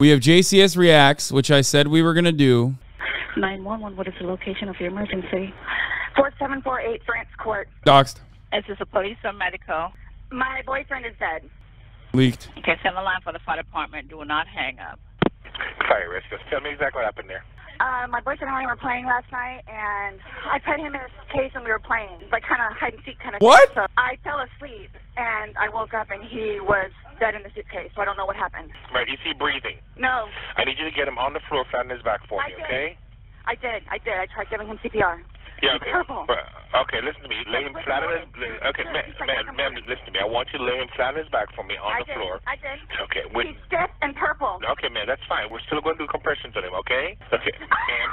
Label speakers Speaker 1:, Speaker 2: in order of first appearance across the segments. Speaker 1: We have JCS Reacts, which I said we were going to do.
Speaker 2: 911, what is the location of your emergency?
Speaker 3: 4748 France Court.
Speaker 1: Doxed,
Speaker 4: This is the police or medical.
Speaker 3: My boyfriend is dead.
Speaker 1: leaked.
Speaker 4: Okay, send a line for the fire department. Do not hang up.
Speaker 5: Fire risk. Just tell me exactly what happened there.
Speaker 3: Uh, my boyfriend and I were playing last night, and I put him in his case, and we were playing, like kind of hide and seek kind of.
Speaker 1: What?
Speaker 3: So I fell asleep, and I woke up, and he was dead in the suitcase. So I don't know what happened.
Speaker 5: Right, is he breathing?
Speaker 3: No,
Speaker 5: I need you to get him on the floor, flat on his back for
Speaker 3: I
Speaker 5: me,
Speaker 3: did.
Speaker 5: okay?
Speaker 3: I did, I did. I tried giving him CPR.
Speaker 5: Yeah,
Speaker 3: He's
Speaker 5: okay.
Speaker 3: purple.
Speaker 5: But- Okay, listen to me. Lay him
Speaker 3: Wait,
Speaker 5: flat on
Speaker 3: wait,
Speaker 5: his.
Speaker 3: wait.
Speaker 5: Okay, ma'am,
Speaker 3: He's like,
Speaker 5: ma'am,
Speaker 3: wait,
Speaker 5: ma'am,
Speaker 3: wait.
Speaker 5: listen to me. I want you to lay him flat on his back for me on
Speaker 3: I
Speaker 5: the
Speaker 3: did.
Speaker 5: floor.
Speaker 3: I did.
Speaker 5: Okay, wait.
Speaker 3: He's dead and purple.
Speaker 5: Okay, man, that's fine. We're still going to do compressions on him, okay? Okay, ma'am.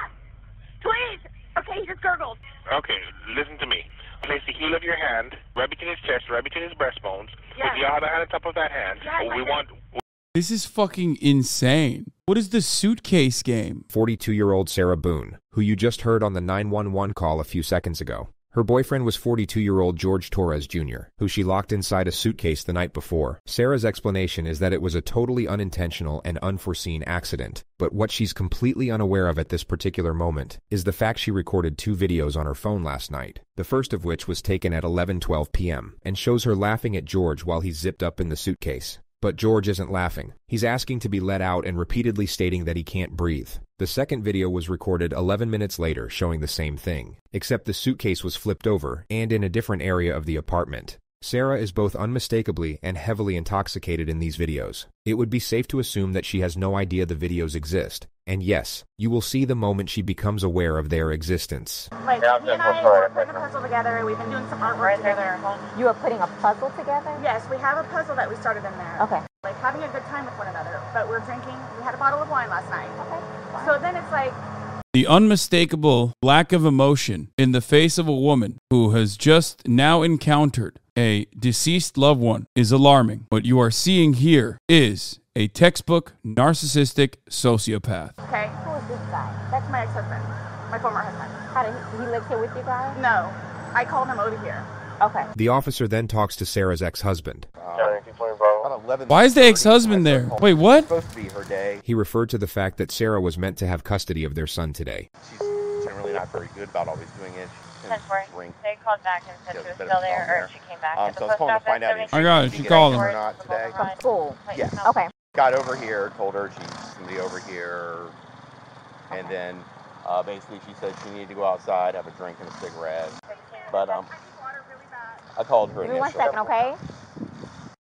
Speaker 3: Please. Okay, he just gurgled.
Speaker 5: Okay, listen to me. Place the heel of your hand right between his chest, right between his breastbones.
Speaker 3: Yes.
Speaker 5: With your other hand on top of that hand.
Speaker 3: Yes, I
Speaker 5: we
Speaker 3: did.
Speaker 5: want.
Speaker 1: This is fucking insane. What is the suitcase game?
Speaker 6: 42 year old Sarah Boone, who you just heard on the 911 call a few seconds ago. Her boyfriend was 42 year old George Torres Jr., who she locked inside a suitcase the night before. Sarah's explanation is that it was a totally unintentional and unforeseen accident, but what she's completely unaware of at this particular moment is the fact she recorded two videos on her phone last night, the first of which was taken at 11:12 p.m. and shows her laughing at George while he's zipped up in the suitcase. But George isn't laughing. He's asking to be let out and repeatedly stating that he can't breathe. The second video was recorded 11 minutes later showing the same thing, except the suitcase was flipped over and in a different area of the apartment. Sarah is both unmistakably and heavily intoxicated in these videos. It would be safe to assume that she has no idea the videos exist. And yes, you will see the moment she becomes aware of their existence.
Speaker 7: Like,
Speaker 5: Yeah, I'm
Speaker 7: he and
Speaker 5: just-
Speaker 7: I
Speaker 5: sorry,
Speaker 7: are
Speaker 5: I'm
Speaker 7: putting a
Speaker 5: sorry.
Speaker 7: puzzle together, and we've been doing some artwork together.
Speaker 8: You are putting a puzzle together?
Speaker 7: Yes, we have a puzzle that we started in there.
Speaker 8: Okay.
Speaker 7: Like, having a good time with one another, but we're drinking, we had a bottle of wine last night.
Speaker 8: Okay.
Speaker 7: So then it's like,
Speaker 1: The unmistakable lack of emotion in the face of a woman who has just now encountered a deceased loved one is alarming. What you are seeing here is a textbook narcissistic sociopath.
Speaker 7: okay,
Speaker 8: Who is this guy?
Speaker 7: that's my ex-husband, my former husband.
Speaker 8: How did he, he live here with you guys?
Speaker 7: No, I called him over here.
Speaker 8: Okay.
Speaker 6: The officer then talks to Sarah's ex husband.
Speaker 1: Why is the ex husband there? Wait, what?
Speaker 9: supposed to be her day.
Speaker 6: He referred to the fact that Sarah was meant to have custody of their son today.
Speaker 9: She's generally not very good about always doing it. She tends to drink.
Speaker 8: They called back and
Speaker 9: said she was still there, or she
Speaker 8: came
Speaker 9: back Um, to the so I was post calling to office, find out if everything.
Speaker 1: I got it. She called him.
Speaker 9: Or not today.
Speaker 8: From school.
Speaker 9: Yes.
Speaker 8: Okay.
Speaker 9: Got over here, told her she's somebody over here, and then uh, basically she said she needed to go outside, have a drink and a cigarette. But um, I called her
Speaker 8: Give me one
Speaker 9: initially.
Speaker 8: second, okay?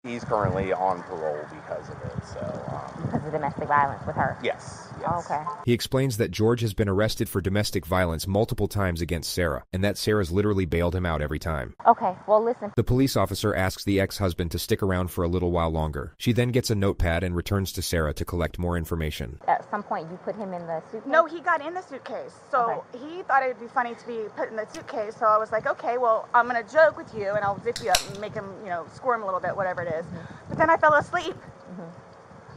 Speaker 9: He's currently on parole because of it. So um,
Speaker 8: Because of domestic violence with her.
Speaker 9: yes, yes.
Speaker 8: Okay.
Speaker 6: He explains that George has been arrested for domestic violence multiple times against Sarah, and that Sarah's literally bailed him out every time.
Speaker 8: Okay. Well, listen.
Speaker 6: The police officer asks the ex husband to stick around for a little while longer. She then gets a notepad and returns to Sarah to collect more information.
Speaker 8: At some point, you put him in the suitcase.
Speaker 7: No, he got in the suitcase. So he thought it would be funny to be put in the suitcase. So I was like, okay, well, I'm going to joke with you and I'll zip you up and make him, you know, squirm a little bit, whatever it is. But then I fell asleep.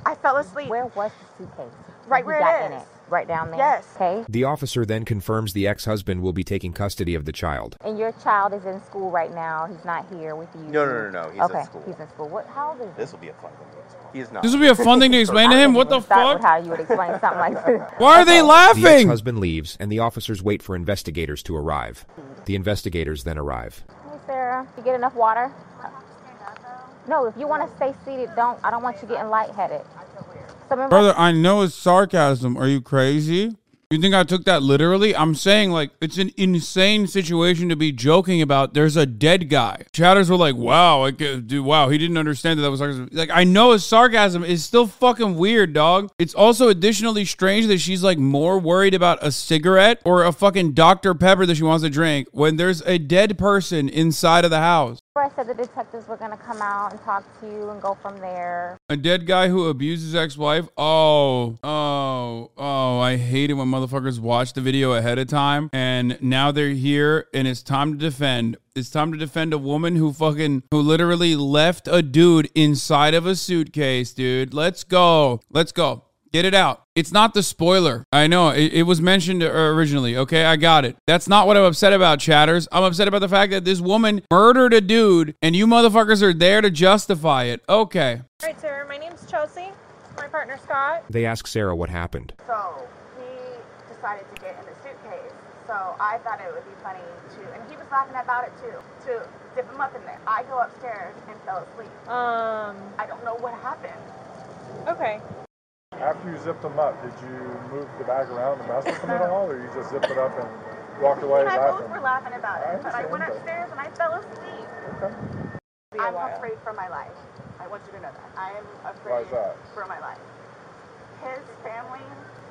Speaker 7: I fell asleep.
Speaker 8: Where was the suitcase?
Speaker 7: Right
Speaker 8: He
Speaker 7: where it
Speaker 8: got in
Speaker 7: is.
Speaker 8: it. Right down there.
Speaker 7: Yes.
Speaker 8: Okay.
Speaker 6: The officer then confirms the ex husband will be taking custody of the child.
Speaker 8: And your child is in school right now. He's not here with you.
Speaker 9: No, no, no, no, he's at
Speaker 8: okay.
Speaker 9: school.
Speaker 8: He's in school. What? How old is he?
Speaker 9: This will be a fun thing. He's not.
Speaker 1: This would be a fun thing to explain to him. What the
Speaker 8: Start with
Speaker 1: fuck?
Speaker 8: how you would explain something like this.
Speaker 1: Why are they
Speaker 6: The ex
Speaker 1: laughing?
Speaker 6: husband leaves, and the officers wait for investigators to arrive. The investigators then arrive.
Speaker 8: Hey, Sarah, you get enough water? No, if you want to stay seated, don't. I don't want you getting lightheaded. So remember,
Speaker 1: Brother, I know it's sarcasm. Are you crazy? You think I took that literally? I'm saying, like, it's an insane situation to be joking about. There's a dead guy. Chatters were like, wow, I g- dude, wow, he didn't understand that that was sarcasm. Like, I know it's sarcasm. It's still fucking weird, dog. It's also additionally strange that she's, like, more worried about a cigarette or a fucking Dr. Pepper that she wants to drink when there's a dead person inside of the house.
Speaker 8: I said the detectives were gonna come out and talk to you and go from there.
Speaker 1: A dead guy who abuses ex-wife. Oh, oh, oh! I hate it when motherfuckers watch the video ahead of time, and now they're here, and it's time to defend. It's time to defend a woman who fucking who literally left a dude inside of a suitcase, dude. Let's go, let's go. Get it out. It's not the spoiler. I know it, it was mentioned uh, originally. Okay, I got it. That's not what I'm upset about, chatters. I'm upset about the fact that this woman murdered a dude, and you motherfuckers are there to justify it. Okay.
Speaker 10: All right, Sarah, my name's Chelsea.
Speaker 7: my partner Scott.
Speaker 6: They ask Sarah what happened.
Speaker 7: So he decided to get in the suitcase. So I thought it would be funny to, and he was laughing about it too, to zip him up in there. I go upstairs and fell asleep.
Speaker 10: Um.
Speaker 7: I don't know what happened.
Speaker 10: Okay.
Speaker 11: After you zipped them up, did you move the bag around and mess with them at all, or you just zipped it up and walked away
Speaker 7: and I both
Speaker 11: laughing?
Speaker 7: were laughing about
Speaker 11: I
Speaker 7: it, but I went
Speaker 11: understand,
Speaker 7: upstairs and I fell asleep.
Speaker 10: Be a
Speaker 7: I'm
Speaker 10: while.
Speaker 7: afraid for my life. I want you to know that. I am
Speaker 11: Why
Speaker 7: afraid
Speaker 11: is that?
Speaker 7: for my life. His family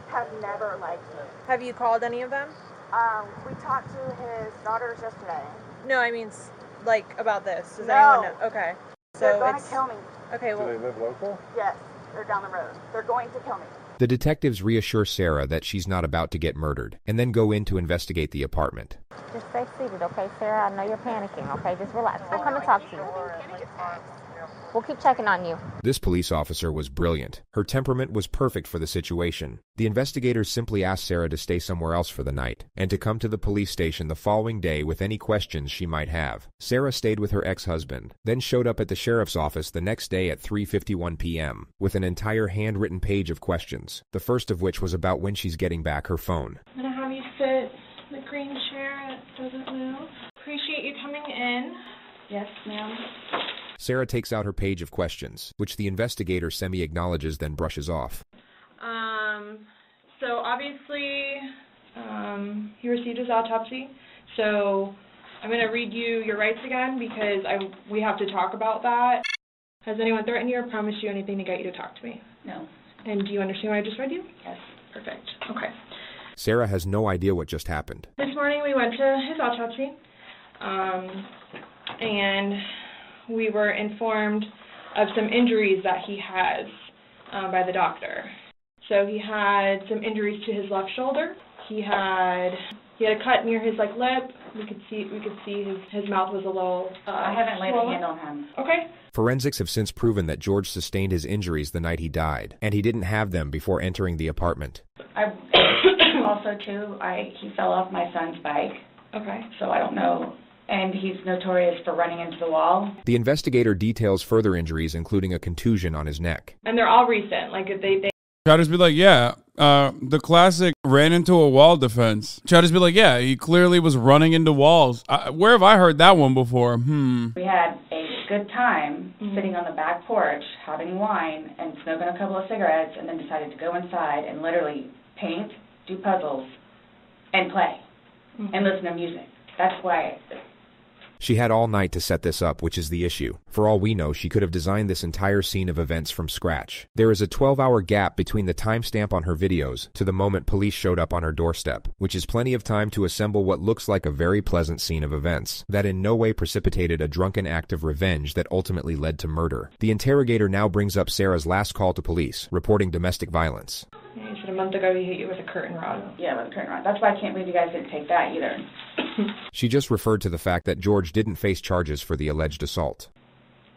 Speaker 7: have never liked me.
Speaker 10: Have you called any of them?
Speaker 7: Um, we talked to his daughters yesterday.
Speaker 10: No, I mean, s- like about this. Does
Speaker 7: No.
Speaker 10: anyone know? Okay.
Speaker 7: They're
Speaker 10: So
Speaker 7: gonna
Speaker 10: it's
Speaker 7: kill me.
Speaker 10: okay.
Speaker 11: Do they
Speaker 10: Well,
Speaker 11: live local?
Speaker 7: Yes, they're down the road. They're going to kill me.
Speaker 6: The detectives reassure Sarah that she's not about to get murdered and then go in to investigate the apartment.
Speaker 8: Just stay seated, okay, Sarah? I know you're panicking, okay? Just relax. We'll come and talk to you. We'll keep checking on you.
Speaker 6: This police officer was brilliant. Her temperament was perfect for the situation. The investigators simply asked Sarah to stay somewhere else for the night and to come to the police station the following day with any questions she might have. Sarah stayed with her ex-husband, then showed up at the sheriff's office the next day at 3:51 p.m. with an entire handwritten page of questions. The first of which was about when she's getting back her phone.
Speaker 12: I'm gonna have you sit in the green chair. It doesn't move. Appreciate you coming in. Yes, ma'am.
Speaker 6: Sarah takes out her page of questions, which the investigator semi-acknowledges then brushes off.
Speaker 12: Um, so obviously, um, he received his autopsy. So I'm gonna read you your rights again because I we have to talk about that. Has anyone threatened you or promised you anything to get you to talk to me?
Speaker 4: No.
Speaker 12: And do you understand what I just read you?
Speaker 4: Yes.
Speaker 12: Perfect. Okay.
Speaker 6: Sarah has no idea what just happened.
Speaker 12: This morning we went to his autopsy, um, and we were informed of some injuries that he has um, by the doctor. So he had some injuries to his left shoulder. He had he had a cut near his like lip. We could see we could see his his mouth was a little. Uh, I haven't
Speaker 4: laid a hand
Speaker 12: on him. Okay.
Speaker 6: Forensics have since proven that George sustained his injuries the night he died, and he didn't have them before entering the apartment.
Speaker 13: I also too. I he fell off my son's bike,
Speaker 12: Okay.
Speaker 13: so I don't know. And he's notorious for running into the wall.
Speaker 6: The investigator details further injuries, including a contusion on his neck.
Speaker 12: And they're all recent. Like they they
Speaker 1: Try to just be like, yeah, uh, the classic ran into a wall defense. Try to just be like, yeah, he clearly was running into walls. I, where have I heard that one before? Hmm.
Speaker 13: We had a good time
Speaker 12: Mm-hmm.
Speaker 13: sitting on the back porch having wine and smoking a couple of cigarettes, and then decided to go inside and literally paint, do puzzles, and play, and listen to music. That's why
Speaker 6: She had all night to set this up, which is the issue. For all we know, she could have designed this entire scene of events from scratch. There is a 12 hour gap between the timestamp on her videos to the moment police showed up on her doorstep, which is plenty of time to assemble what looks like a very pleasant scene of events that in no way precipitated a drunken act of revenge that ultimately led to murder. The interrogator now brings up Sarah's last call to police, reporting domestic violence.
Speaker 12: you said a month ago he hit you with a curtain rod.
Speaker 13: yeah, with the curtain rod. That's why I can't believe you guys didn't take that either.
Speaker 6: She just referred to the fact that George didn't face charges for the alleged assault.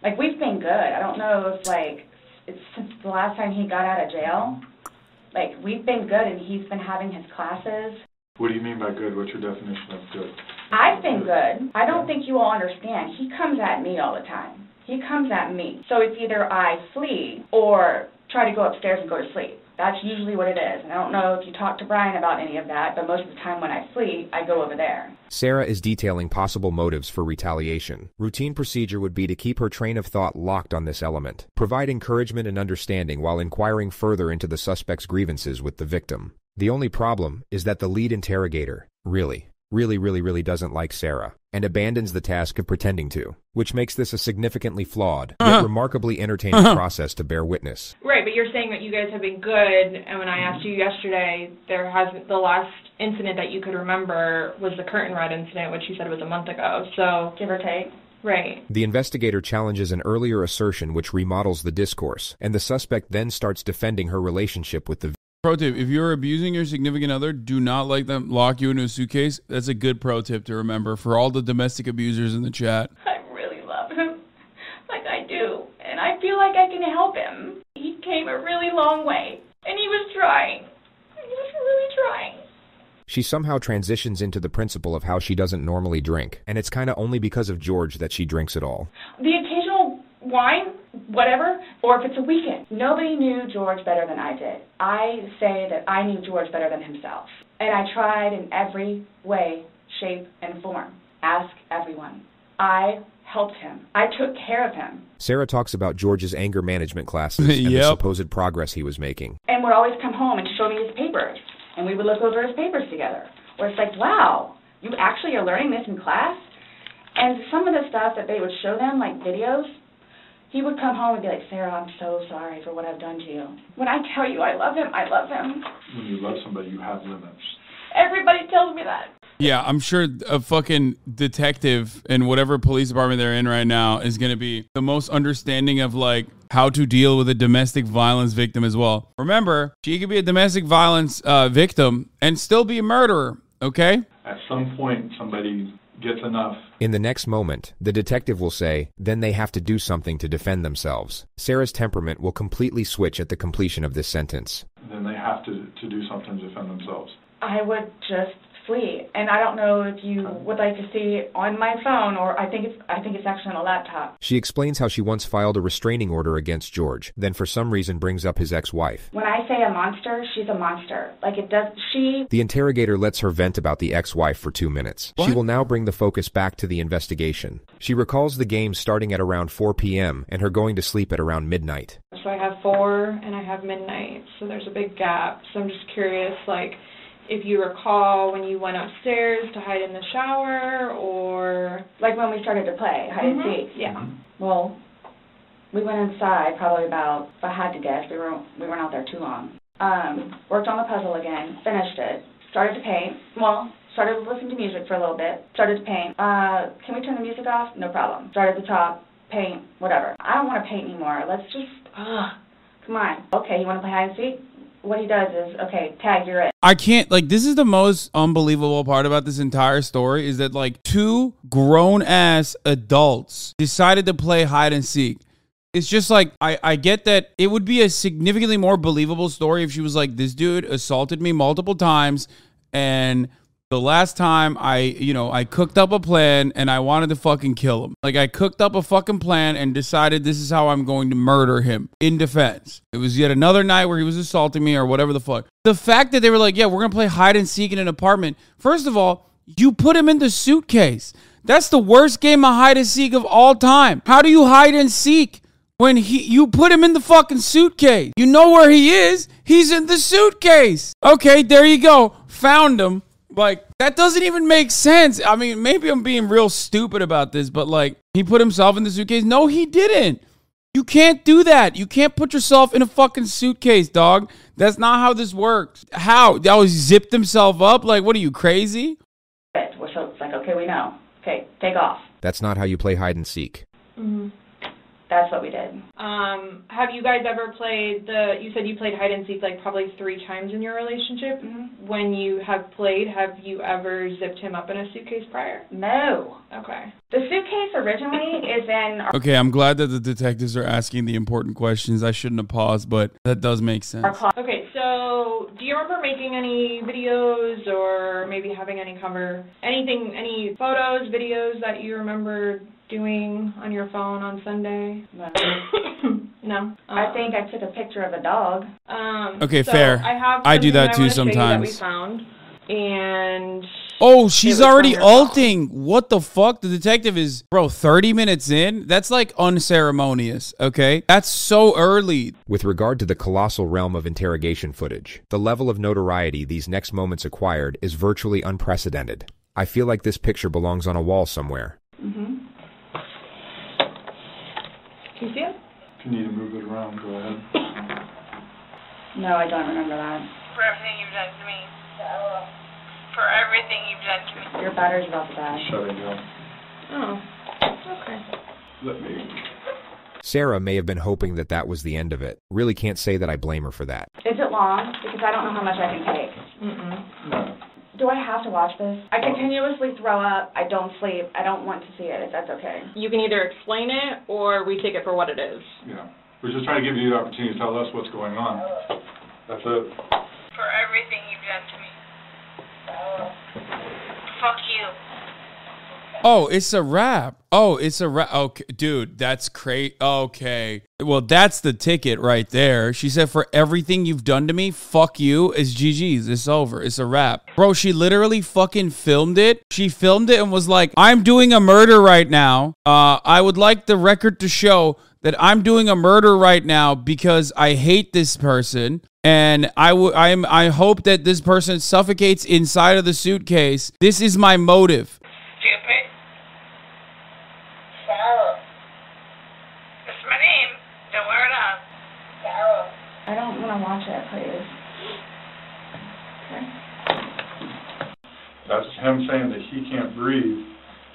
Speaker 13: Like we've been good. I don't know if like it's since the last time he got out of jail. Like we've been good, and he's been having his classes.
Speaker 11: What do you mean by good? What's your definition of good?
Speaker 13: I've been good. I don't think you all understand. He comes at me all the time. He comes at me. So it's either I flee or try to go upstairs and go to sleep. That's usually what it is. And I don't know if you talk to Brian about any of that, but most of the time when I flee, I go over there.
Speaker 6: Sarah is detailing possible motives for retaliation. Routine procedure would be to keep her train of thought locked on this element, provide encouragement and understanding while inquiring further into the suspect's grievances with the victim. The only problem is that the lead interrogator, really, really, really, really doesn't like Sarah and abandons the task of pretending to, which makes this a significantly flawed, yet remarkably entertaining process to bear witness.
Speaker 12: Right, but you're saying that you guys have been good, and when I asked you yesterday, there hasn't the last incident that you could remember was the curtain rod incident, which you said was a month ago. So
Speaker 13: give or take.
Speaker 12: Right.
Speaker 6: The investigator challenges an earlier assertion which remodels the discourse, and the suspect then starts defending her relationship with the
Speaker 1: Pro tip if you're abusing your significant other, do not let them lock you into a suitcase. That's a good pro tip to remember for all the domestic abusers in the chat.
Speaker 13: I really love him. Like I do. And I feel like I can help him. He came a really long way. And he was trying. He was really trying.
Speaker 6: She somehow transitions into the principle of how she doesn't normally drink, and it's kinda only because of George that she drinks at all.
Speaker 13: The occasional wine, whatever, or if it's a weekend. Nobody knew George better than I did. I say that I knew George better than himself. And I tried in every way, shape, and form. Ask everyone. I helped him, I took care of him.
Speaker 6: Sarah talks about George's anger management classes and the supposed progress he was making.
Speaker 13: and would always come home and show me his papers, and we would look over his papers together. Where it's like, wow, you actually are learning this in class. And some of the stuff that they would show them, like videos, he would come home and be like, Sarah, I'm so sorry for what I've done to you. When I tell you I love him, I love him.
Speaker 11: When you love somebody, you have limits.
Speaker 13: Everybody tells me that.
Speaker 1: Yeah, I'm sure a fucking detective in whatever police department they're in right now is going to be the most understanding of like how to deal with a domestic violence victim as well. Remember, she could be a domestic violence uh, victim and still be a murderer. Okay.
Speaker 11: At some point, somebody gets enough.
Speaker 6: In the next moment, the detective will say, then they have to do something to defend themselves. Sarah's temperament will completely switch at the completion of this sentence.
Speaker 11: Then they have to, to do something to defend themselves.
Speaker 13: I would just flee. And I don't know if you would like to see on my phone, or I think it's I think it's actually on a laptop.
Speaker 6: She explains how she once filed a restraining order against George, then for some reason brings up his ex wife.
Speaker 13: When I say a monster, she's a monster. Like it does. She
Speaker 6: The interrogator lets her vent about the ex wife for two minutes. She will now bring the focus back to the investigation. She recalls the game starting at around 4 p.m. and her going to sleep at around midnight.
Speaker 12: So I have four and I have midnight. So there's a big gap. So I'm just curious, like, if you recall when you went upstairs to hide in the shower or. Mm-hmm.
Speaker 13: Like when we started to play, hide and seek.
Speaker 12: Yeah.
Speaker 13: Well, we went inside probably about, if I had to guess, we weren't, we weren't out there too long. Um, worked on the puzzle again, finished it, started to paint. Well, started listening to music for a little bit, started to paint. Uh, can we turn the music off? No problem. Start at the top, paint, whatever. I don't want to paint anymore. Let's just, ugh, come on. Okay, you want to play hide and seek? What he does is, okay, tag, you're it.
Speaker 1: I can't like this is the most unbelievable part about this entire story is that like two grown ass adults decided to play hide and seek. It's just like I, I get that it would be a significantly more believable story if she was like, This dude assaulted me multiple times and the last time I, you know, I cooked up a plan and I wanted to fucking kill him. Like I cooked up a fucking plan and decided this is how I'm going to murder him in defense. It was yet another night where he was assaulting me or whatever the fuck. The fact that they were like, yeah, we're going to play hide and seek in an apartment. First of all, you put him in the suitcase. That's the worst game of hide and seek of all time. How do you hide and seek? When he you put him in the fucking suitcase. You know where he is. He's in the suitcase. Okay, there you go. Found him. Like that doesn't even make sense. I mean, maybe I'm being real stupid about this, but like he put himself in the suitcase. No, he didn't. You can't do that. You can't put yourself in a fucking suitcase, dog. That's not how this works. How? That was zipped himself up? Like, what are you crazy?
Speaker 13: it. Well, So it's like, okay, we know. Okay, take off.
Speaker 6: That's not how you play hide and seek.
Speaker 13: That's what we did.
Speaker 12: Um, have you guys ever played the? You said you played hide and seek like probably three times in your relationship. When you have played, have you ever zipped him up in a suitcase prior?
Speaker 13: No.
Speaker 12: Okay.
Speaker 13: The suitcase originally is in our,
Speaker 1: Okay, I'm glad that the detectives are asking the important questions. I shouldn't have paused, but that does make
Speaker 13: our
Speaker 1: sense.
Speaker 13: closet.
Speaker 12: Okay, so do you remember making any videos or maybe having any cover anything any photos, videos that you remember doing on your phone on Sunday?
Speaker 13: No.
Speaker 12: No.
Speaker 13: I think I took a picture of a dog.
Speaker 12: uh, Um,
Speaker 1: Okay,
Speaker 12: so
Speaker 1: fair.
Speaker 12: I have
Speaker 1: I do
Speaker 12: something
Speaker 1: that too
Speaker 12: wanna show you that we
Speaker 1: sometimes.
Speaker 12: found, and
Speaker 1: Oh, she's
Speaker 12: It was from
Speaker 1: already
Speaker 12: your phone.
Speaker 1: alting. What the fuck? The detective is, bro, 30 minutes in? That's like unceremonious, okay? That's so early.
Speaker 6: With regard to the colossal realm of interrogation footage, the level of notoriety these next moments acquired is virtually unprecedented. I feel like this picture belongs on a wall somewhere.
Speaker 12: Mhm. Can you see it?
Speaker 11: If you need to move it around, go ahead.
Speaker 13: No, I don't remember that.
Speaker 14: for everything you've done to me. For everything you've done to me.
Speaker 13: Your battery's about to die.
Speaker 11: Shut it down.
Speaker 12: Oh. Okay.
Speaker 11: Let me.
Speaker 6: Sarah may have been hoping that that was the end of it. Really can't say that I blame her for that.
Speaker 13: Is it long? Because I don't know how much I can take.
Speaker 12: Mm-mm.
Speaker 13: Do I have to watch this? I continuously throw up. I don't sleep. I don't want to see it. If that's okay.
Speaker 12: You can either explain it or we take it for what it is.
Speaker 11: Yeah. We're just trying to give you the opportunity to tell us what's going on. That's it.
Speaker 14: For everything you've done to me. Fuck you.
Speaker 1: Oh, it's a wrap. Oh, it's a wrap. Okay, dude, that's crazy. Okay. Well, that's the ticket right there. She said, For everything you've done to me, fuck you. It's GG's. It's over. It's a wrap. Bro, she literally fucking filmed it. She filmed it and was like, I'm doing a murder right now. Uh, I would like the record to show that I'm doing a murder right now because I hate this person and I w- I'm I hope that this person suffocates inside of the suitcase. This is my motive.
Speaker 14: Stupid. Cheryl. That's my name. Don't wear it up. Cheryl.
Speaker 13: I don't want to watch it, please.
Speaker 11: That's him saying that he can't breathe,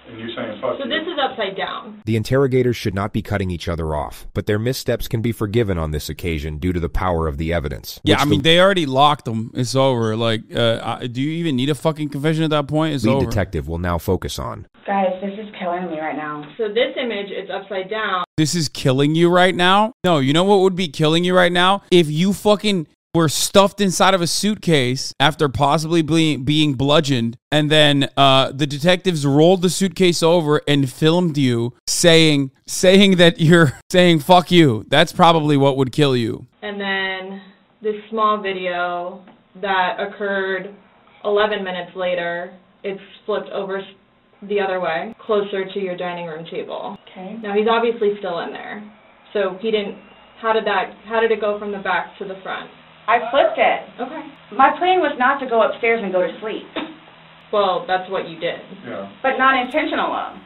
Speaker 11: and you saying fuck
Speaker 12: So
Speaker 11: you.
Speaker 12: this is upside down.
Speaker 6: The interrogators should not be cutting each other off, but their missteps can be forgiven on this occasion due to the power of the evidence.
Speaker 1: Yeah,
Speaker 6: which
Speaker 1: I
Speaker 6: the
Speaker 1: mean they already locked them. It's over. Like, uh, I- do you even need a fucking confession at that point? It's
Speaker 6: lead
Speaker 1: over.
Speaker 6: detective will now focus on.
Speaker 13: Guys, this is killing me right now.
Speaker 12: So this image is upside down.
Speaker 1: this is killing you right now. No, you know what would be killing you right now if you fucking were stuffed inside of a suitcase after possibly being being bludgeoned, and then uh, the detectives rolled the suitcase over and filmed you saying saying that you're saying fuck you. That's probably what would kill you.
Speaker 12: And then this small video that occurred 11 minutes later, it's flipped over s- the other way, closer to your dining room table.
Speaker 13: Okay.
Speaker 12: Now he's obviously still in there. So he didn't. How did that? How did it go from the back to the front?
Speaker 13: I flipped it.
Speaker 12: Okay.
Speaker 13: My plan was not to go upstairs and go to sleep,
Speaker 12: Well, that's what you did.
Speaker 11: Yeah.
Speaker 13: but not intentional of.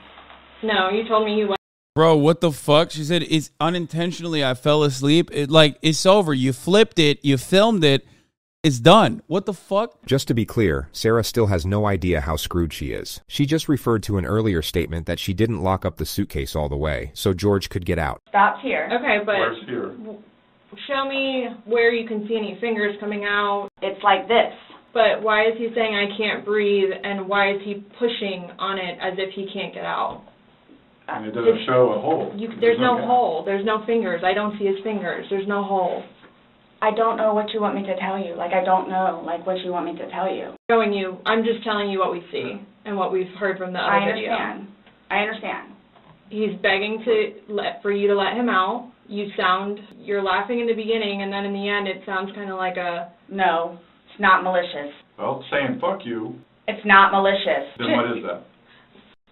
Speaker 12: No, you told me you went
Speaker 1: Bro, what the fuck? She said it's unintentionally I fell asleep. It like it's over. You flipped it, you filmed it, it's done. What the fuck?
Speaker 6: Just to be clear, Sarah still has no idea how screwed she is. She just referred to an earlier statement that she didn't lock up the suitcase all the way, so George could get out.
Speaker 13: Stopped here.
Speaker 12: Okay, but
Speaker 11: Where's here?
Speaker 12: w- show me where you can see any fingers coming out.
Speaker 13: It's like this.
Speaker 12: But why is he saying I can't breathe and why is he pushing on it as if he can't get out?
Speaker 11: And it doesn't show a hole.
Speaker 12: You, there's no hole. There's no fingers. I don't see his fingers. There's no hole.
Speaker 13: I don't know what you want me to tell you. Like, I don't know, like, what you want me to tell you.
Speaker 12: Showing you, I'm just telling you what we see and what we've heard from the other
Speaker 13: I
Speaker 12: video.
Speaker 13: understand. I understand.
Speaker 12: He's begging to let for you to let him out. You sound you're laughing in the beginning and then in the end it sounds kind of like a
Speaker 13: No, it's not malicious.
Speaker 11: Well, saying fuck you,
Speaker 13: It's not malicious.
Speaker 11: then what is that?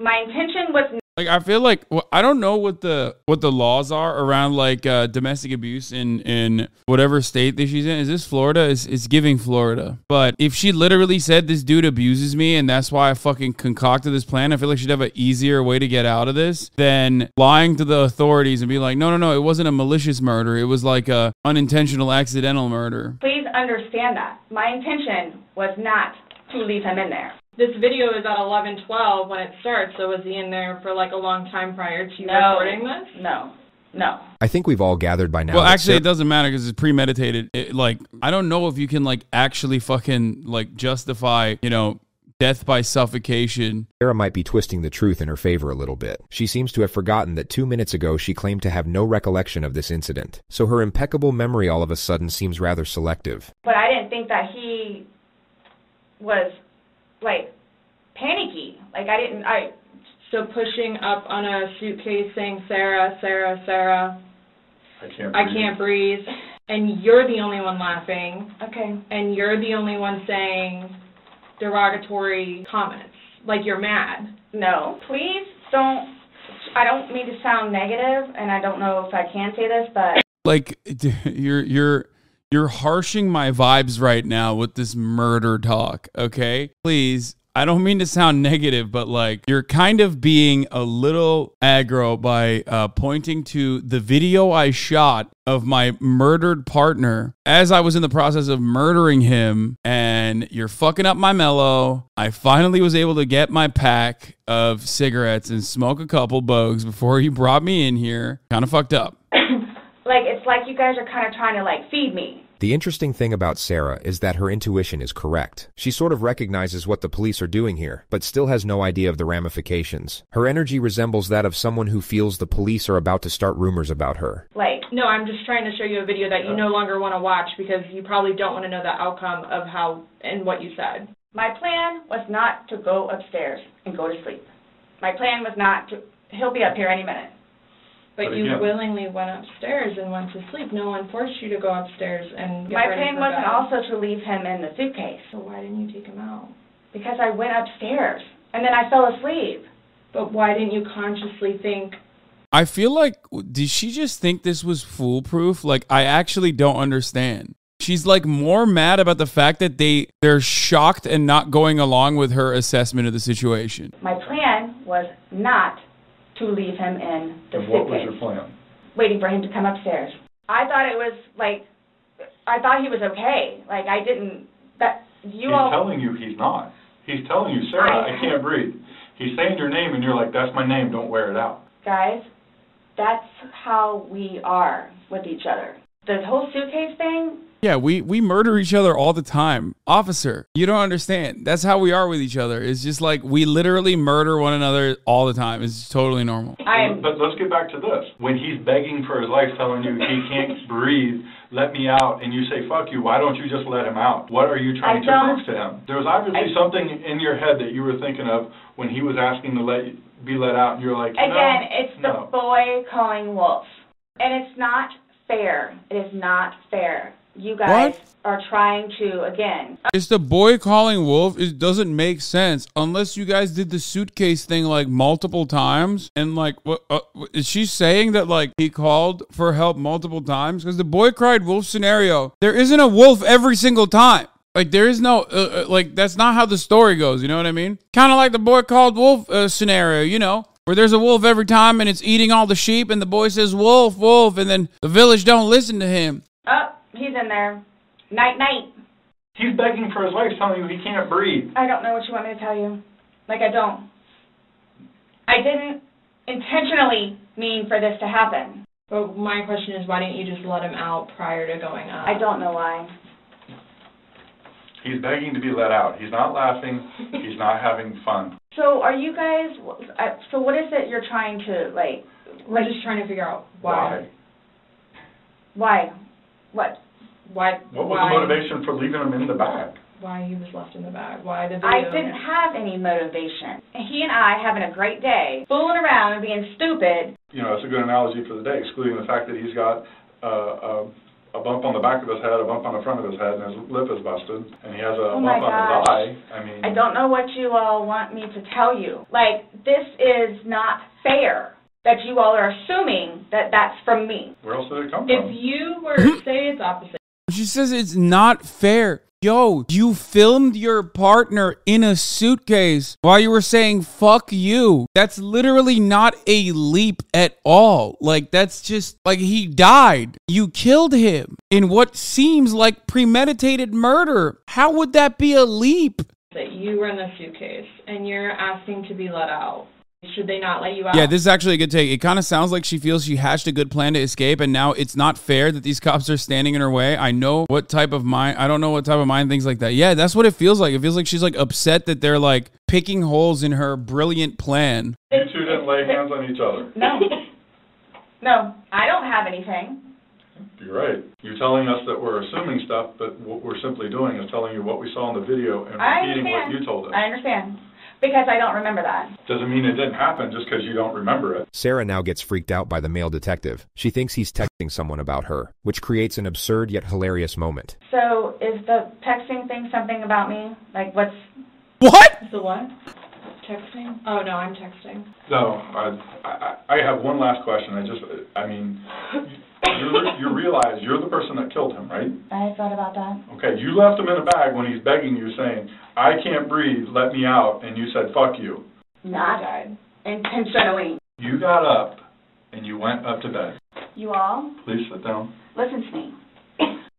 Speaker 13: My intention was
Speaker 1: Like I feel like well, I don't know what the what the laws are around like uh, domestic abuse in in whatever state that she's in. Is this Florida? Is it's giving Florida. But if she literally said this dude abuses me and that's why I fucking concocted this plan, I feel like she'd have an easier way to get out of this than lying to the authorities and be like, no, no, no, it wasn't a malicious murder. It was like a unintentional, accidental murder.
Speaker 13: Please understand that. My intention was not to leave him in there.
Speaker 12: This video is at 11:12 when it starts, so was he in there for like a long time prior to you
Speaker 13: No.
Speaker 12: recording this?
Speaker 13: No. No.
Speaker 6: I think we've all gathered by now.
Speaker 1: well,
Speaker 6: that
Speaker 1: actually,
Speaker 6: Sarah-
Speaker 1: it doesn't matter because it's premeditated. It, like, I don't know if you can like actually fucking like justify, you know, death by suffocation.
Speaker 6: Sarah might be twisting the truth in her favor a little bit. She seems to have forgotten that two minutes ago she claimed to have no recollection of this incident, so her impeccable memory all of a sudden seems rather selective.
Speaker 13: But I didn't think that he was like panicky. Like I didn't I
Speaker 12: So pushing up on a suitcase saying Sarah, Sarah, Sarah,
Speaker 11: I can't.
Speaker 12: I
Speaker 11: breathe.
Speaker 12: can't breathe, and you're the only one laughing,
Speaker 13: Okay.
Speaker 12: and you're the only one saying derogatory comments like you're mad.
Speaker 13: No. Please don't I don't mean to sound negative and I don't know if I can say this, but
Speaker 1: Like, you're you're you're harshing my vibes right now with this murder talk. Okay, please. I don't mean to sound negative, but like you're kind of being a little aggro by uh, pointing to the video I shot of my murdered partner as I was in the process of murdering him, and you're fucking up my mellow. I finally was able to get my pack of cigarettes and smoke a couple bogues before he brought me in here. Kind of fucked up.
Speaker 13: like it's like you guys are kinda trying to like feed me.
Speaker 6: The interesting thing about Sarah is that her intuition is correct. She sort of recognizes what the police are doing here, but still has no idea of the ramifications. Her energy resembles that of someone who feels the police are about to start rumors about her.
Speaker 13: Like
Speaker 12: No, I'm just trying to show you a video that you no longer want to watch because you probably don't want to know the outcome of how and what you said.
Speaker 13: my plan was not to go upstairs and go to sleep. My plan was not to, he'll be up here any minute.
Speaker 12: But
Speaker 13: But
Speaker 12: you
Speaker 13: again-
Speaker 12: willingly went upstairs and went to sleep. No one forced you to go upstairs and get
Speaker 13: My
Speaker 12: ready
Speaker 13: plan
Speaker 12: for
Speaker 13: wasn't
Speaker 12: bed.
Speaker 13: also to leave him in the suitcase.
Speaker 12: So why didn't you take him out?
Speaker 13: Because I went upstairs and then I fell asleep.
Speaker 12: But why didn't you consciously think
Speaker 1: I feel like did she just think this was foolproof? Like I actually don't understand. She's like more mad about the fact that they they're shocked and not going along with her assessment of the situation.
Speaker 13: My plan was not to leave him in the
Speaker 1: And
Speaker 11: What was
Speaker 13: suitcase,
Speaker 11: your plan?
Speaker 13: waiting for him to come upstairs. I thought it was like, I thought he was okay. Like I didn't. That you
Speaker 11: he's
Speaker 13: all.
Speaker 11: telling you he's not. He's telling you, Sarah, I, can't breathe. He's saying your name, and you're like, that's my name. Don't wear it out.
Speaker 13: guys, that's how we are with each other. The whole suitcase thing,
Speaker 1: Yeah, we we murder each other all the time. Officer, you don't understand. That's how we are with each other. It's just like we literally murder one another all the time. It's totally normal.
Speaker 11: But let's get back to this. When he's begging for his life, telling you he can't breathe, let me out, and you say, fuck you, why don't you just let him out? What are you trying
Speaker 13: I
Speaker 11: to
Speaker 13: don't-
Speaker 11: prove to him? There was obviously something in your head that you were thinking of when he was asking to let be let out, and you're like, no,
Speaker 13: again, it's the
Speaker 11: no.
Speaker 13: boy calling wolf. And it's not fair. It is not fair. You guys
Speaker 1: What?
Speaker 13: are trying to, again,
Speaker 1: It's the boy calling wolf. It doesn't make sense unless you guys did the suitcase thing like multiple times. And like, what uh, is she saying that like he called for help multiple times? Because the boy cried wolf scenario, there isn't a wolf every single time. Like there is no uh, uh, like that's not how the story goes. You know what I mean? Kind of like the boy called wolf uh, scenario. You know. Where there's a wolf every time and it's eating all the sheep, and the boy says, Wolf, wolf, and then the village don't listen to him.
Speaker 13: oh, he's in there. Night, night.
Speaker 11: He's begging for his life, telling you he can't breathe.
Speaker 13: I don't know what you want me to tell you. Like, I don't. I didn't intentionally mean for this to happen.
Speaker 12: But my question is, why didn't you just let him out prior to going up?
Speaker 13: I don't know why.
Speaker 11: He's begging to be let out. He's not laughing. He's not having fun.
Speaker 13: So, are you guys, I- so what is it you're trying to, like,
Speaker 12: We're just trying to figure out why.
Speaker 13: why? What?
Speaker 12: Why?
Speaker 11: What was
Speaker 12: why,
Speaker 11: the motivation for leaving him in the bag?
Speaker 12: Why he was left in the bag? Why the video?
Speaker 13: I didn't have any motivation. He and I having a great day, fooling around and being stupid.
Speaker 11: You know, that's a good analogy for the day, excluding the fact that he's got uh, a, a bump on the back of his head, a bump on the front of his head, and his lip is busted, and he has a
Speaker 13: Oh my
Speaker 11: bump on his
Speaker 13: gosh.
Speaker 11: eye. I mean,
Speaker 13: I don't know what you all want me to tell you. Like, this is not fair that you all are assuming that that's from me.
Speaker 11: where else did it come
Speaker 12: If
Speaker 11: from?
Speaker 12: you were say it's opposite.
Speaker 1: She says it's not fair. Yo, you filmed your partner in a suitcase while you were saying fuck you. That's literally not a leap at all. Like, that's just like he died. You killed him in what seems like premeditated murder. How would that be a leap?
Speaker 12: That you were in the suitcase and you're asking to be let out. Should they not let you out?
Speaker 1: Yeah, this is actually a good take. It kind of sounds like she feels she hatched a good plan to escape, and now it's not fair that these cops are standing in her way. I know what type of mind, I don't know what type of mind, things like that. Yeah, that's what it feels like. It feels like she's like upset that they're like picking holes in her brilliant plan.
Speaker 11: You two didn't lay hands on each other.
Speaker 13: No. no, I don't have anything.
Speaker 11: You're right. You're telling us that we're assuming stuff, but what we're simply doing is telling you what we saw in the video and
Speaker 13: I
Speaker 11: repeating what
Speaker 13: understand.
Speaker 11: you told us.
Speaker 13: I understand. Because I don't remember that.
Speaker 11: Doesn't mean it didn't happen just because you don't remember it.
Speaker 6: Sarah now gets freaked out by the male detective. She thinks he's texting someone about her, which creates an absurd yet hilarious moment.
Speaker 13: So, is the texting thing something about me? Like, what's.
Speaker 1: What?
Speaker 12: The what? Texting? Oh no, I'm texting.
Speaker 11: No, I, I, I have one last question. I just, I mean, you, you realize you're the person that killed him, right?
Speaker 13: I thought about that.
Speaker 11: Okay, you left him in a bag when he's begging you, saying, I can't breathe, let me out, and you said, fuck you.
Speaker 13: Not intentionally.
Speaker 11: You got up and you went up to bed.
Speaker 13: You all,
Speaker 11: Please sit down.
Speaker 13: listen to me.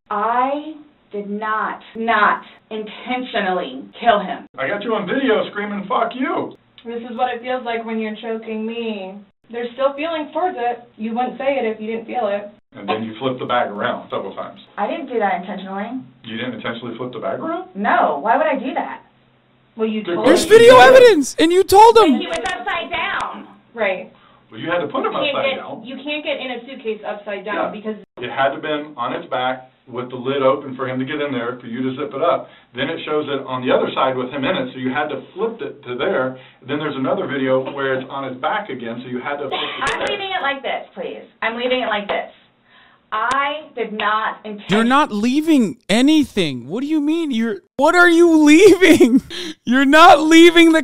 Speaker 13: I did not, not intentionally kill him.
Speaker 11: I got you on video screaming, fuck you.
Speaker 12: This is what it feels like when you're choking me. There's still feeling towards it. You wouldn't say it if you didn't feel it.
Speaker 11: And then you flipped the bag around several times.
Speaker 13: I didn't do that intentionally.
Speaker 11: You didn't intentionally flip the bag around?
Speaker 13: No, why would I do that?
Speaker 12: Well, you
Speaker 11: told
Speaker 1: There's video evidence, and you told him.
Speaker 13: was upside down.
Speaker 12: Right.
Speaker 11: Well, you had to put him
Speaker 12: you can't
Speaker 11: upside
Speaker 12: get,
Speaker 11: down.
Speaker 12: You can't get in a suitcase upside
Speaker 11: Yeah.
Speaker 12: down because
Speaker 11: It had to been on its back with the lid open for him to get in there, for you to zip it up. Then it shows it on the other side with him in it, so you had to flip it to there. Then there's another video where it's on his back again, so you had to flip it to
Speaker 13: I'm
Speaker 11: there.
Speaker 13: leaving it like this, please. I'm leaving it like this. I did not intend.
Speaker 1: You're not leaving anything. What do you mean? You're what are you leaving? You're not leaving the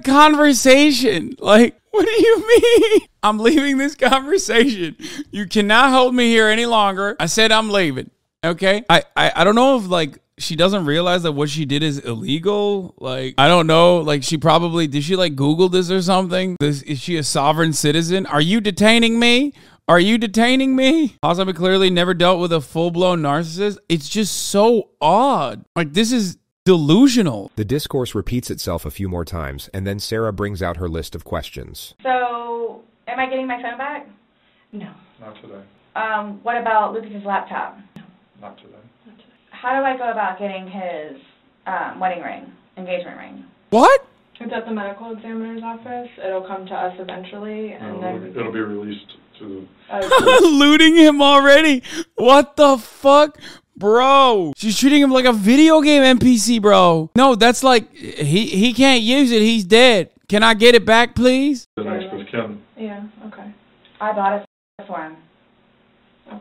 Speaker 1: conversation. Like, what do you mean? I'm leaving this conversation. You cannot hold me here any longer. I said I'm leaving. Okay? I I, I don't know if like she doesn't realize that what she did is illegal. Like, I don't know. Like, she probably did. She like Google this or something. This is she a sovereign citizen? Are you detaining me? Are you detaining me? Hazami clearly never dealt with a full blown narcissist. It's just so odd. Like, this is delusional.
Speaker 6: The discourse repeats itself a few more times, and then Sarah brings out her list of questions.
Speaker 13: So, am I getting my phone back? No.
Speaker 11: Not today.
Speaker 13: Um, what about Lucas's laptop?
Speaker 11: Not today.
Speaker 13: How do I go about getting his um, wedding ring, engagement ring?
Speaker 1: What?
Speaker 12: It's at the medical examiner's office. It'll come to us eventually,
Speaker 11: No,
Speaker 12: and then
Speaker 11: It'll be released to
Speaker 13: Oh.
Speaker 1: Looting him already. What the fuck? Bro, she's treating him like a video game NPC, bro. No, that's like he he can't use it. He's dead. Can I get it back, please?
Speaker 11: the next of kin.
Speaker 12: yeah, okay.
Speaker 13: I bought it for him.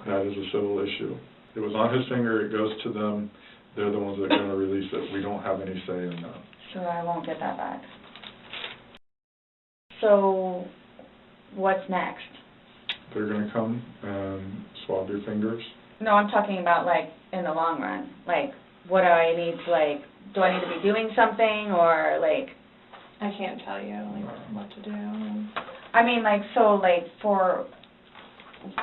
Speaker 11: That is a civil issue. It was on his finger, it goes to them. They're the ones that are gonna release it. We don't have any say in that.
Speaker 13: So I won't get that back. So, what's next?
Speaker 11: They're gonna come and swab your fingers.
Speaker 13: No, I'm talking about like in the long run. Like, what do I need to like? Do I need to be doing something or like?
Speaker 12: I can't tell you like what to do. and-
Speaker 13: I mean, like, so like for,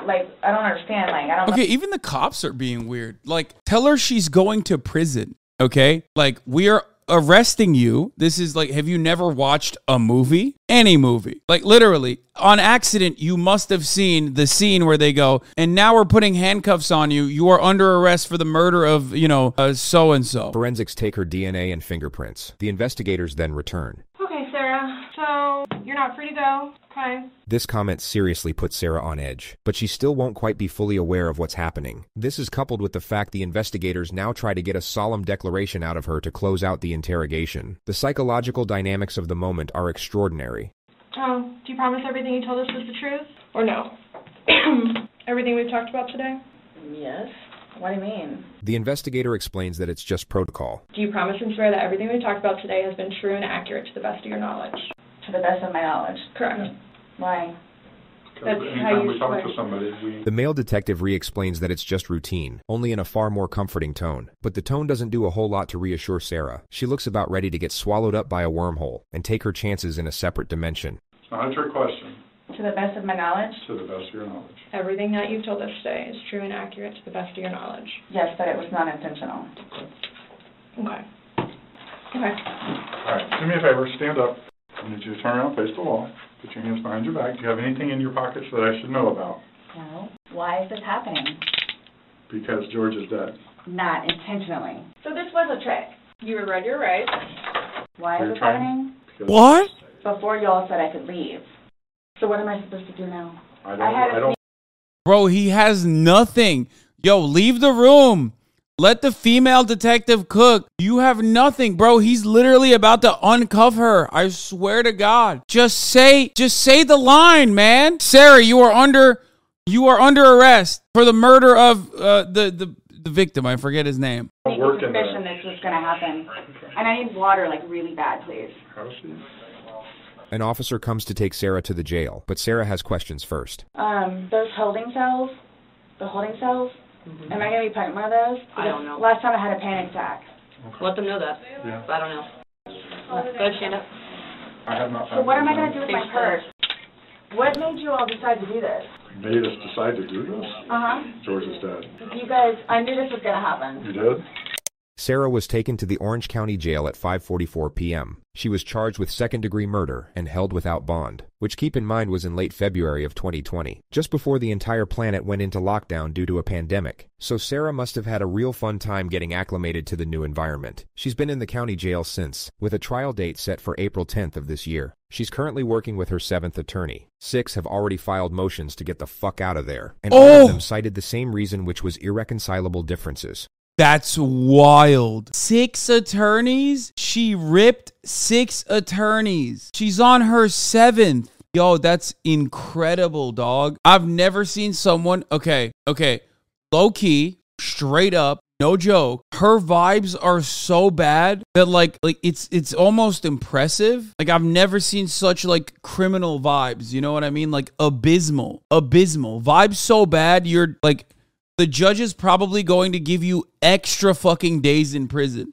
Speaker 13: like, I don't understand. Like, I don't.
Speaker 1: Okay, even the cops are being weird. Like, tell her she's going to prison. Okay, like we are arresting you. This is like, have you never watched a movie? Any movie? Like literally, on accident, you must have seen the scene where they go, and now we're putting handcuffs on you. You are under arrest for the murder of you know uh, so and so.
Speaker 6: Forensics take her DNA and fingerprints. The investigators then return.
Speaker 12: Okay, Sarah. So you're not free to go. Okay.
Speaker 6: This comment seriously puts Sarah on edge, but she still won't quite be fully aware of what's happening. This is coupled with the fact the investigators now try to get a solemn declaration out of her to close out the interrogation. The psychological dynamics of the moment are extraordinary.
Speaker 12: Oh, do you promise everything you told us was the truth? Or no? everything we've talked about today?
Speaker 13: Yes. What do you mean?
Speaker 6: The investigator explains that it's just protocol.
Speaker 12: Do you promise and swear that everything we've talked about today has been true and accurate to the best of your knowledge?
Speaker 13: To the best of my knowledge.
Speaker 12: Correct.
Speaker 13: Why?
Speaker 12: That's how
Speaker 11: Anytime
Speaker 12: you
Speaker 11: we talk
Speaker 12: swear.
Speaker 11: to somebody, we
Speaker 6: The male detective re explains that it's just routine, only in a far more comforting tone. But the tone doesn't do a whole lot to reassure Sarah. She looks about ready to get swallowed up by a wormhole and take her chances in a separate dimension.
Speaker 11: It's not a trick question.
Speaker 13: To the best of my knowledge?
Speaker 11: To the best of your knowledge.
Speaker 12: Everything that you've told us today is true and accurate to the best of your knowledge.
Speaker 13: Yes, but it was not intentional.
Speaker 12: Okay. Okay.
Speaker 11: All right, do me a favor, stand up. I need you to turn around, face the wall, put your hands behind your back. Do you have anything in your pockets that I should know about?
Speaker 13: No. Why is this happening?
Speaker 11: Because George is dead.
Speaker 13: Not intentionally. So this was a trick.
Speaker 12: You were right, you're right.
Speaker 13: Why is
Speaker 11: You're
Speaker 13: this
Speaker 11: trying-
Speaker 13: happening?
Speaker 11: because
Speaker 1: What?
Speaker 13: Before y'all said I could leave. So what am I supposed to do now?
Speaker 11: I don't,
Speaker 13: I had a
Speaker 11: I don't,
Speaker 1: Bro, he has nothing. Yo, leave the room. Let the female detective cook. You have nothing, bro. He's literally about to uncuff her. I swear to God. Just say, just say the line, man. Sarah, you are under, you are under arrest for the murder of uh, the the the victim. I forget his name.
Speaker 13: sneaky suspicion this was going to happen. And I need water, like, really bad, please.
Speaker 6: An officer comes to take Sarah to the jail, but Sarah has questions first.
Speaker 13: Um, those holding cells, the holding cells,
Speaker 11: Mm-hmm.
Speaker 13: am I going to be put in one of those?
Speaker 15: I don't know.
Speaker 13: Last time I had a panic attack.
Speaker 15: Let them know that.
Speaker 11: Yeah.
Speaker 15: I don't know. Go ahead, Shanna.
Speaker 11: I have not.
Speaker 13: So what am I going to do with my purse? What made you all decide to do this?
Speaker 11: Made us decide to do this?
Speaker 13: Uh-huh.
Speaker 11: George is dead.
Speaker 13: You guys, I knew this was going to happen.
Speaker 11: You did?
Speaker 6: Sarah was taken to the Orange County Jail at 5:44 p.m. She was charged with second-degree murder and held without bond, which keep in mind was in late February of 2020, just before the entire planet went into lockdown due to a pandemic. So Sarah must have had a real fun time getting acclimated to the new environment. She's been in the county jail since, with a trial date set for April 10th of this year. She's currently working with her seventh attorney. Six have already filed motions to get the fuck out of there, and all
Speaker 1: Oh!
Speaker 6: of them cited the same reason, which was irreconcilable differences.
Speaker 1: That's wild. Six attorneys? She ripped six attorneys. She's on her seventh. Yo, that's incredible, dog. I've never seen someone. Okay, okay. Low key, straight up, no joke. Her vibes are so bad that like like it's it's almost impressive. Like I've never seen such like criminal vibes, you know what I mean? Like abysmal. Abysmal. Vibes so bad you're like the judge is probably going to give you extra fucking days in prison.